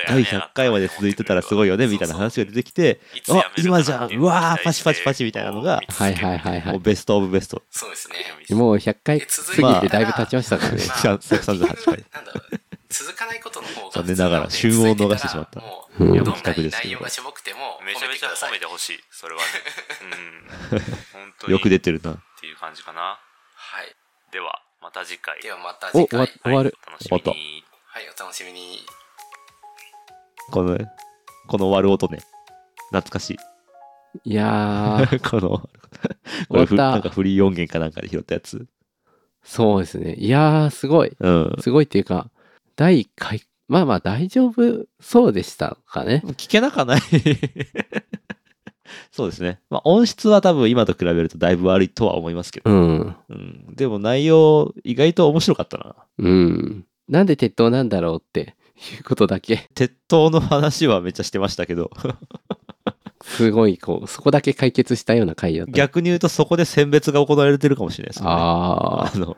S1: 第100回まで続いてたらすごいよね、みたいな話が出てきて、あ、今じゃん、うわー、パチパチパチみたいなのが、
S2: はいはいはいは
S1: もう
S2: い。
S1: ベストオブベスト。
S4: そうですね。
S2: もう100回過ぎてだいぶ経ちましたから ね。
S1: 138回。
S4: なんだろう続かないことの方が
S1: 残念ながら旬を逃してしまった
S4: も
S2: う
S4: うんどんな
S1: 企画
S4: に
S1: ですけど
S4: 内容がしょぼくても
S3: めちゃめちゃ褒め
S4: て
S3: てほしい、それはね。 うん。本当に。
S1: よく出てるな。
S3: っていう感じかな。
S4: はい
S3: では、また次回。
S4: ではまた
S2: お、
S4: 次
S2: 終
S4: 回は
S2: わ
S4: い
S2: 終わる。
S3: お楽しみに。
S4: お楽しみに
S1: この、この割る音ね。懐かしい。
S2: いやー、
S1: この、こ
S2: 終わ
S1: れ
S2: った
S1: ふ、なんかフリー音源かなんかで拾ったやつ。
S2: そうですね。いやー、すごい。
S1: うん。
S2: すごいっていうか、第1回、まあまあ大丈夫そうでしたかね。
S1: 聞けなかない。 そうですね。まあ音質は多分今と比べるとだいぶ悪いとは思いますけど。
S2: うん。
S1: うん。でも内容、意外と面白かったな。
S2: うん。なんで鉄塔なんだろうっていうことだけ、
S1: 鉄塔の話はめっちゃしてましたけど、
S2: すごいこう、そこだけ解決したような回だった。
S1: 逆に言うとそこで選別が行われてるかもしれないですね。
S2: あ
S1: あの、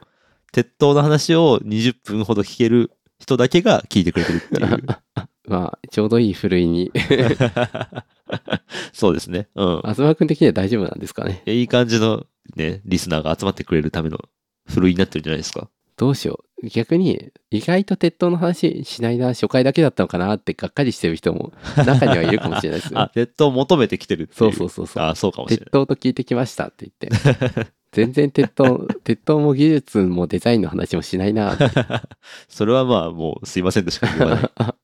S1: 鉄塔の話を20分ほど聞ける人だけが聞いてくれてるっていう。
S2: あ、まあ、ちょうどいいふるいに
S1: は そうですね。うん。
S4: 東君的には大丈夫なんですかね
S1: いやいい感じのね、リスナーが集まってくれるためのふるいになってるんじゃないですか。
S4: どうしよう逆に意外と鉄塔の話しないな初回だけだったのかなってがっかりしてる人も中にはいるかもしれないです よ
S1: あ、ネットを求めてきてるっていう。
S4: そうそうそうそう
S1: あ、そうかもしれ
S4: 鉄塔と聞いてきましたって言って全然鉄塔 鉄塔も技術もデザインの話もしないなって
S1: ない。それはまあ、もうすいませんとしか言わない。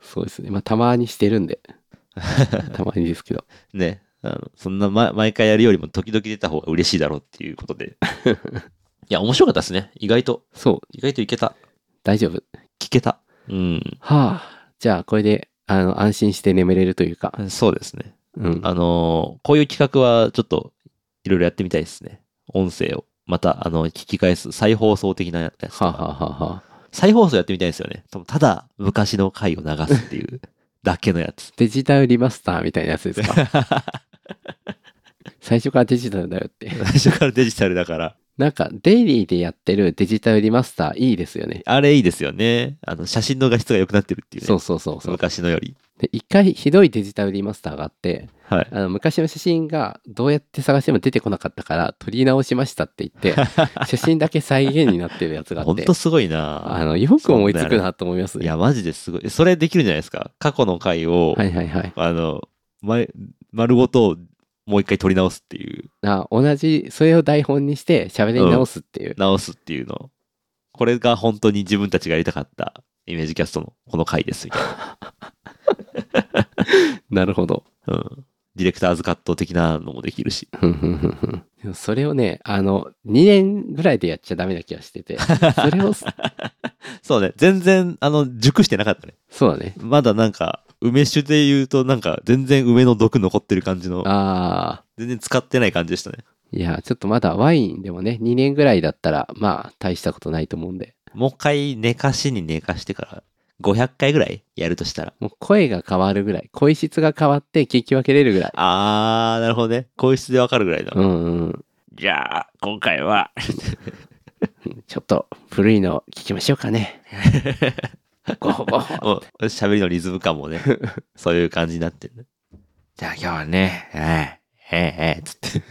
S4: そうですねまあたまにしてるんでたまにですけど
S1: ね。あのそんな、ま、毎回やるよりも時々出た方が嬉しいだろうっていうことで。 いや、面白かったですね。意外と、
S4: そう
S1: 意外といけた。
S4: 大丈夫
S1: 聞けた。うん。
S4: はあじゃあこれであの安心して眠れるというか、
S1: そうですね。
S4: うん、
S1: あのーこういう企画はちょっといろいろやってみたいですね。音声を。また、あの、聞き返す再放送的なやつとか
S4: はあ、はあはあはあ、
S1: 再放送やってみたいですよね。ただ、昔の回を流すって いうだけのやつ。
S4: デジタルリマスターみたいなやつですか最初からデジタルだよって
S1: 最初からデジタルだから。
S4: なんかデイリーでやってるデジタルリマスターいいですよね
S1: あれいいですよね。あの、写真の画質が良くなってるっていうね。
S4: そうそうそうそう
S1: 昔のより。
S4: で一回ひどいデジタルリマスターがあって
S1: はい。
S4: あの昔の写真がどうやって探しても出てこなかったから撮り直しましたって 言って写真だけ再現になってるやつがあ
S1: ほ
S4: っ
S1: ん
S4: て
S1: とすごいな
S4: あのよく思いつくなと思います
S1: い
S4: ね
S1: や、マジですごい。それできるんじゃないですか。過去の回を、
S4: はいはいはい
S1: あの、ま、丸ごともう一回撮り直すっていう。
S4: あ同じそれを台本にして喋り直すっていう、
S1: 直すっていうの。これが本当に自分たちがやりたかったイメージキャストのこの回ですみたいな。
S4: なるほど
S1: うん。ディレクターズカット的なのもできるし。
S4: ふんふんふんふんでもそれをねあの2年ぐらいでやっちゃダメな気がしててそれを
S1: そうね。全然、あの、熟してなかったね。
S4: そうだね
S1: まだなんか、梅酒で言うとなんか、全然梅の毒残ってる感じの、
S4: ああ
S1: 全然使ってない感じでしたね。
S4: いやちょっとまだワインでもね2年ぐらいだったらまあ大したことないと思うんで
S1: もう一回寝かしに寝かしてから、500回ぐらいやるとしたら。
S4: もう声が変わるぐらい声質が変わって聞き分けれるぐらい
S1: あー、なるほどね。声質でわかるぐらいだ。
S4: うんうん
S1: じゃあ、今回 は、
S4: ちょっと古いの聞きましょうか ねごほごほ
S1: もう喋りのリズム感も ね、そういう感じになってるね。じゃあ今日はね、ええ、ええ、ええ、つって。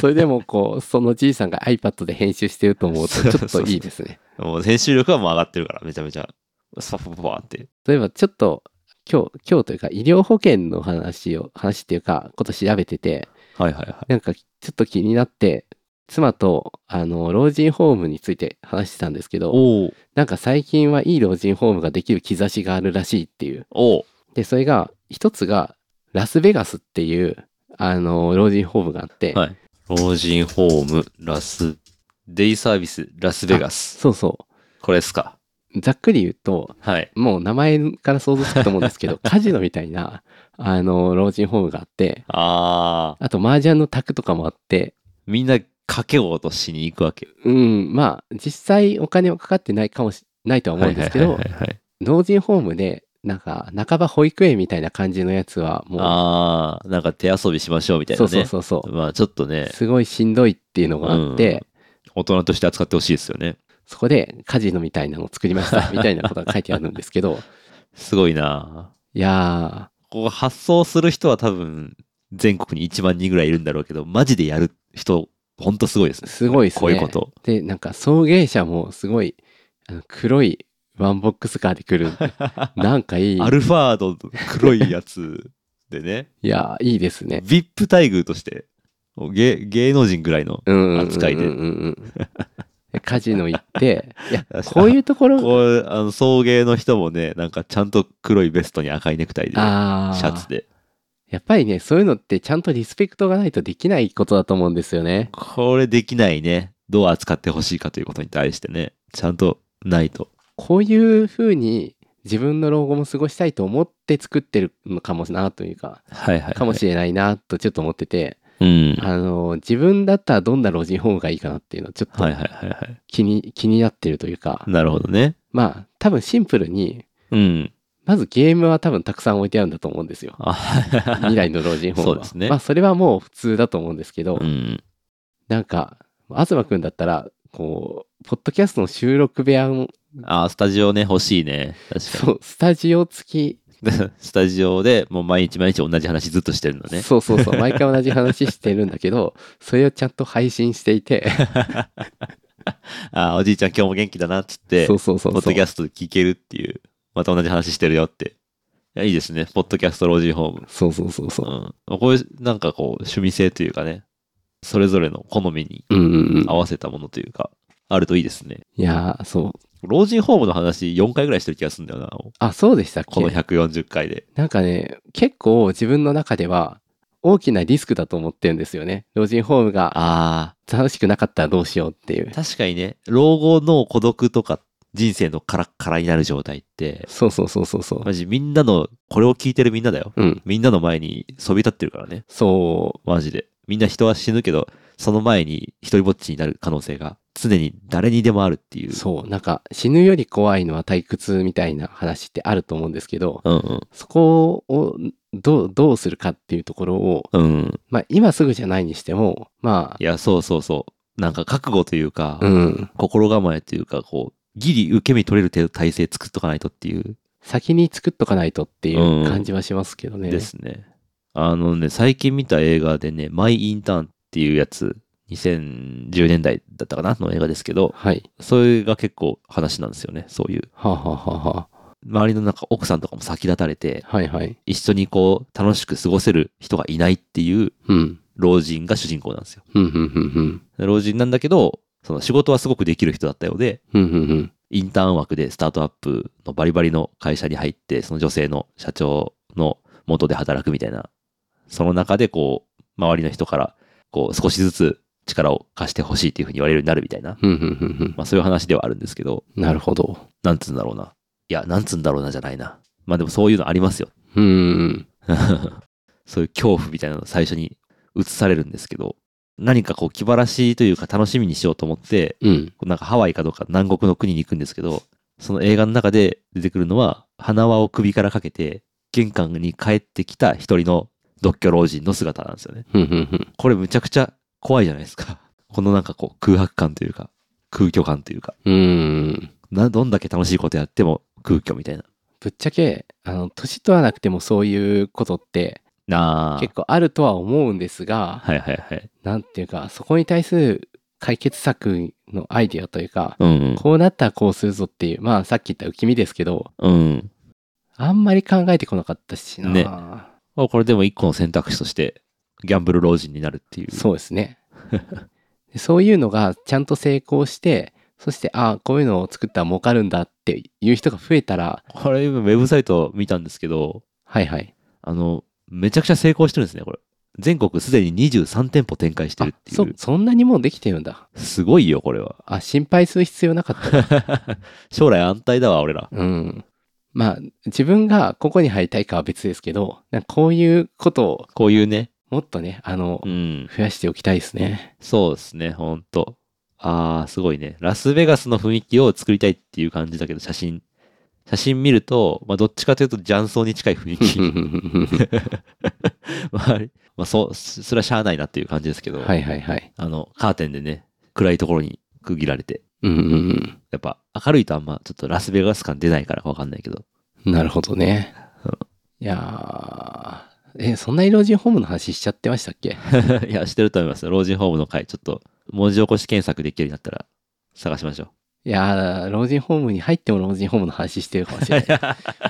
S4: それでもこうそのじいさんが iPad で編集してると思う とちょっといいですね
S1: もう編集力はもう上がってるから、めちゃめちゃ。スパパパパって。
S4: 例えばちょっと今日今日というか医療保険の話を話っていうかこと調べてて
S1: はいはいは
S4: なんかちょっと気になって妻とあの老人ホームについて話してたんですけど
S1: おお
S4: なんか最近はいい老人ホームができる兆しがあるらしいっていう
S1: おお
S4: でそれが一つがラスベガスっていうあの老人ホームがあって、
S1: はい。老人ホーム、ラス、デイサービス、ラスベガス。
S4: そうそ
S1: これですか。
S4: うざっくり言うと
S1: はい。
S4: もう名前から想像つくと思うんですけ どカジノみたいなあの老人ホームがあって
S1: あー、
S4: あと麻雀の卓とかもあって
S1: みんな賭けを落としに行くわけ。
S4: うん、まあ、実際お金はかかってないかもしないとは思うんですけ
S1: は
S4: ど
S1: いは、いはいはい
S4: 老人ホームで、なんか、半ば保育園みたいな感じのやつは、も
S1: あー、なんか手遊びしましょうみた
S4: う、
S1: いな
S4: そう
S1: ね。
S4: そうそうそう、
S1: まあちょっとね、
S4: すごいしんどいっていうのがあって、
S1: 大人として扱ってほしいですよね。
S4: そこでカジノみたいなのを作り ました、みたいなことが書いてあるんですけど、
S1: すごいない
S4: や
S1: こう発想する人は多分全国に1万人ぐらいいるんだろうけど、マジでやる人、ほんとすごいですね。
S4: すごいですね
S1: こういうこと。
S4: ー、で、なんか、送迎車もすごい、あの黒いワンボックスカーで来る、 なんかいい、
S1: アルファードの黒いやつでね、
S4: いやー、いいですね。
S1: VIP 待遇として、もう芸芸能人ぐらいの、
S4: うんうんうんうん
S1: 扱いで
S4: うんうんでカジノ行って、いや、
S1: 確か
S4: こういうところ
S1: こう、あの、送迎の人もね、なんかちゃんと黒いベストに赤いネクタイで、シ
S4: ああ
S1: ャツで。
S4: やっぱりねそういうのってちゃんとリスペクトがないとできないことだと思うんですよね
S1: これできないね。どう扱ってほしいかということに対してね、ちゃんとないと。
S4: こういう風に自分の老後も過ごしたいと思って作ってるのかもなというか
S1: はいはい、はい。
S4: かもしれないなとちょっと思ってて、
S1: うん。
S4: あの自分だったらどんな老人ホームがいいかなっていうのはちょっと
S1: はいはいはいはい。
S4: 気に,、気になってるというか
S1: なるほどね。
S4: まあ多分シンプルに
S1: うん。
S4: まずゲームは多分たくさん置いてあるんだと思うんですよ
S1: 未
S4: 未来の老人ホームは
S1: そうですね
S4: まあそれはもう普通だと思うんですけど、
S1: うん。
S4: なんか、東くんだったら、こう、ポッドキャストの収録部屋も、
S1: あースタジオね、欲しいね。確かに。
S4: そう、スタジオ付き
S1: スタジオでもう毎日毎日同じ話ずっとしてるのね。
S4: そうそうそう。毎回同じ話してるんだけど、それをちゃんと配信していて、
S1: ああ、おじいちゃん今日も元気だなっつって、
S4: そうそうそう
S1: ポッ
S4: そ
S1: ド
S4: う
S1: キ。ャスト聞けるっていう、また同じ話してるよって。いや、いいですね。ポッドキャスト老人ホーム。
S4: そうそうそうそう。
S1: うん。こういう、なんかこう、趣味性というかね、それぞれの好みに
S4: うんうんうん
S1: 合。わせたものというか、あるといいですね。
S4: いやー、そう。
S1: 老人ホームの話4回ぐらいしてる気がするんだよな。
S4: あ、そうでしたっ
S1: この
S4: け
S1: 140回で。
S4: なんかね、結構自分の中では大きなリスクだと思ってるんですよね。老人ホームが
S1: あ
S4: 楽しくなかったらどうしようっていう
S1: あ、。確かにね、老後の孤独とか、人生のカラッカラになる状態って、
S4: そうそうそうそうそう。
S1: マジみんなの、これを聞いてるみんなだよ。
S4: うん。
S1: みんなの前にそび立ってるからね。
S4: そ。
S1: マジで。みんな人は死ぬけど、その前に一人ぼっちになる可能性が常に誰にでもあるっていうう。
S4: そう。なんか死ぬより怖いのは退屈みたいな話ってあると思うんですけど、
S1: うんうん。
S4: そこをどう、どうするかっていうところを、
S1: うん。
S4: まあ今すぐじゃないにしても、ま
S1: いや、そうそうそう。なんか覚悟というか、
S4: あ、うん。
S1: 心構えというか、こう、ギリ受け身取れる程度体制作っとかないとっていう。
S4: 先に作っとかないとってい
S1: うん
S4: う感じはしますけどね。
S1: ですね。あのね、最近見た映画でね、マイ・インターンっていうやつ、2010年代だったかなの映画ですけど、
S4: はい。
S1: それが結構話なんですよね、そういう。
S4: はあ、はあはあは
S1: 周りのなんか奥さんとかも先立たれて、
S4: あ、はいはい。
S1: 一緒にこう、楽しく過ごせる人がいないっていう
S4: うん。
S1: 老人が主人公なんですよ。
S4: うん、うん、うん、うん。
S1: 老人なんだけど、その仕事はすごくできる人だったようで、
S4: うん、うん、うん。
S1: インターン枠でスタートアップのバリバリの会社に入って、その女性の社長の元で働くみたいな、その中でこう、周りの人から、こう、少しずつ力を貸してほしいっていうふうに言われるようになるみたいな、
S4: うん、うん、うん、
S1: まあそういう話ではあるんですけど、
S4: うん。なるほど。
S1: なんつうんだろうな。いや、なんつうんだろうなじゃないな。まあでもそういうのありますよ。
S4: うーん。
S1: そういう恐怖みたいなのを最初に映されるんですけど、何かこう気晴らしというか楽しみにしようと思って、
S4: うん。
S1: なんかハワイかどうか南国の国に行くんですけど、その映画の中で出てくるのは、花輪を首からかけて、玄関に帰ってきた一人の独居老人の姿なんですよね。
S4: うん、うん、
S1: これむちゃくちゃ怖いじゃないですか。このなんかこう空白感というか、空虚感というか、
S4: うん。うーん。
S1: などんだけ楽しいことやっても空虚みたいな。
S4: ぶっちゃけ、あの、年取らなくてもそういうことって
S1: なあ。
S4: 結構あるとは思うんですが、
S1: はいはいはい。
S4: なんていうか、そこに対する解決策のアイディアというか、
S1: うん
S4: こうなったらこうするぞっていう、まあさっき言った浮き身ですけど、
S1: うん。うん。
S4: あんまり考えてこなかったしな。
S1: ねまあこれでも一個の選択肢として、ギャンブル老人になるっていう。
S4: そうですね。 でそういうのがちゃんと成功して、そして、ああ、こういうのを作ったら儲かるんだっていう人が増えたら、
S1: これ今ウェブサイト見たんですけど、
S4: はいはい。
S1: あの、めちゃくちゃ成功してるんですね、これ。全国すでに23店舗展開してるって
S4: あそ
S1: いう。
S4: そんなにもうできてるんだ。
S1: すごいよ、これ は。
S4: あ、心配する必要なかった。
S1: 将来安泰だわ、俺ら。
S4: うん。まあ、自分がここに入りたいかは別ですけど、なんかこういうことを
S1: こういうね。
S4: もっとね、あの
S1: う、ん。
S4: 増やしておきたいですね。
S1: そうですね、ほんと。あー、すごいね。ラスベガスの雰囲気を作りたいっていう感じだけど、写真。写真見ると、まあ、どっちかというと、雀荘に近い雰囲気。 まあ、まあ、そう、それはしゃあないなっていう感じですけど、
S4: はいはいはい。
S1: あの、カーテンでね、暗いところに区切られて、
S4: うんうん
S1: やっぱ明るいとあんまちょっとラスベガス感出ないからかわかんないけど、
S4: うん。なるほどね
S1: うん。
S4: いやー、え、そんな老人ホームの話しちゃってましたっけ
S1: いや、してると思いますよ。老人ホームの回、ちょっと文字起こし検索できるようになったら探しましょ
S4: いやー、老人ホームに入っても老人ホームの話してるかもし れない。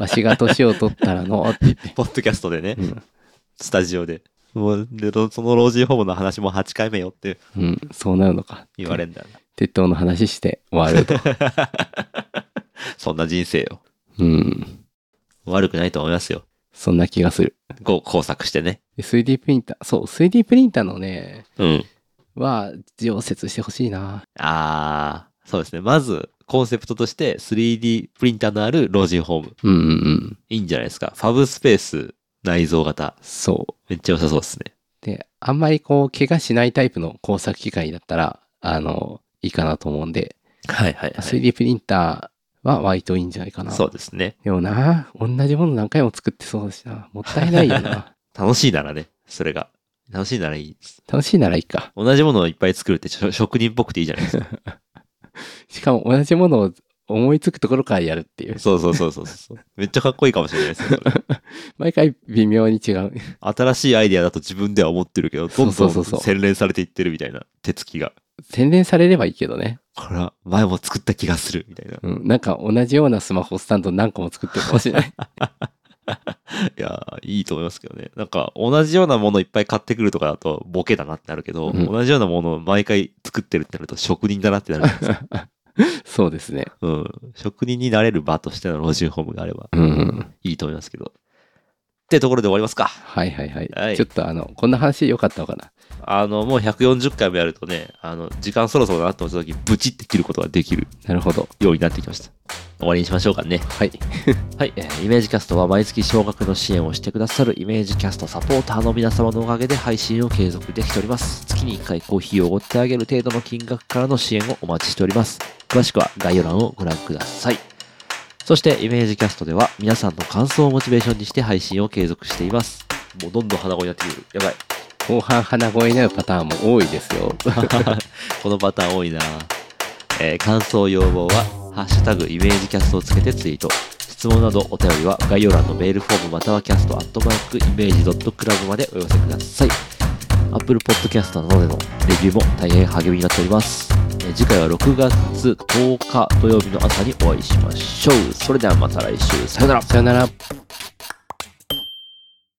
S4: わしが年を取ったらのって言っ
S1: う
S4: て。。
S1: ポッドキャストでね
S4: う、ん、
S1: スタジオで。もうでろその老人ホームの話も8回目よって
S4: うん、そうなるのか。
S1: 言われんだな。
S4: 鉄塔の話して終わ ると。
S1: そんな人生よ。
S4: うん、
S1: 悪くないと思いますよ。
S4: そんな気がする。
S1: こう工作してね。
S4: で 3D プリンター、そう、3D プリンターのね、
S1: うん。
S4: は、常設してほしいな。
S1: あー、そうですね。まず、コンセプトとして 3D プリンターのある老人ホーム。
S4: うんうんうん。
S1: いいんじゃないですか。ファブスペース内蔵型。
S4: そう。
S1: めっちゃ良さそうですね。
S4: で、あんまりこう、怪我しないタイプの工作機械だったら、あの、いいかなと思うんで、
S1: はいはい、はい。
S4: 3D プリンターは割といいんじゃないかな。
S1: そうですね。
S4: でもな、同じもの何回も作ってそうだしな。もったいないよ な。
S1: 楽しいならね、それが。楽しいならいいです。
S4: 楽しいならいいか。
S1: 同じものをいっぱい作るってちょ職人っぽくていいじゃないですか。
S4: しかも同じものを
S2: 思いつくところからやるってい う。
S1: そうそうそうそうそう。めっちゃかっこいいかもしれないですよ。 それ
S2: 毎回微妙に違う。
S1: 新しいアイデアだと自分では思ってるけど、どん
S2: そ
S1: ど
S2: うそうんそうそう
S1: 洗練されていってるみたいな手つきが。
S2: 洗練されればいいけどね。
S1: これは前も作った気がするみたいな。
S2: うん。なんか同じようなスマホスタンド何個も作ってるかもしれない。
S1: いやー、いいと思いますけどね。なんか、同じようなものいっぱい買ってくるとかだと、ボケだなってなるけど、
S2: うん
S1: 同じようなものを毎回作ってるってなると、職人だなってなるじゃないですか。
S2: そうですね。
S1: うん。職人になれる場としての老人ホームがあれば、
S2: うんうん。
S1: いいと思いますけど。ってところで終わりますか。
S2: はいはいはい。
S1: はい
S2: ちょっとあの、こんな話良かったのかな。
S1: あの、もう140回もやるとね、あの、時間そろそろだなと思った時、ブチって切ることができる
S2: なるほど。
S1: ようになってきました。終わりにしましょうかね。
S2: はい。
S1: はい、えーイメージキャストは毎月少額の支援をしてくださるイメージキャストサポーターの皆様のおかげで配信を継続できております。月に1回コーヒーをおごってあげる程度の金額からの支援をお待ちしております。詳しくは概要欄をご覧ください。そしてイメージキャストでは皆さんの感想をモチベーションにして配信を継続しています。もうどんどん鼻声になってくる。やばい。
S2: 後半鼻声になるパターンも多いですよ。
S1: このパターン多いな、えー感想要望は「ハッシュタグイメージキャスト」をつけてツイート質問などお便りは概要欄のメールフォームまたはキャストアットマークイメージドットクラブまでお寄せください Apple Podcast などでのレビューも大変励みになっておりますえー次回は6月10日土曜日の朝にお会いしましょうそれではまた来週さよなら
S2: さよなら。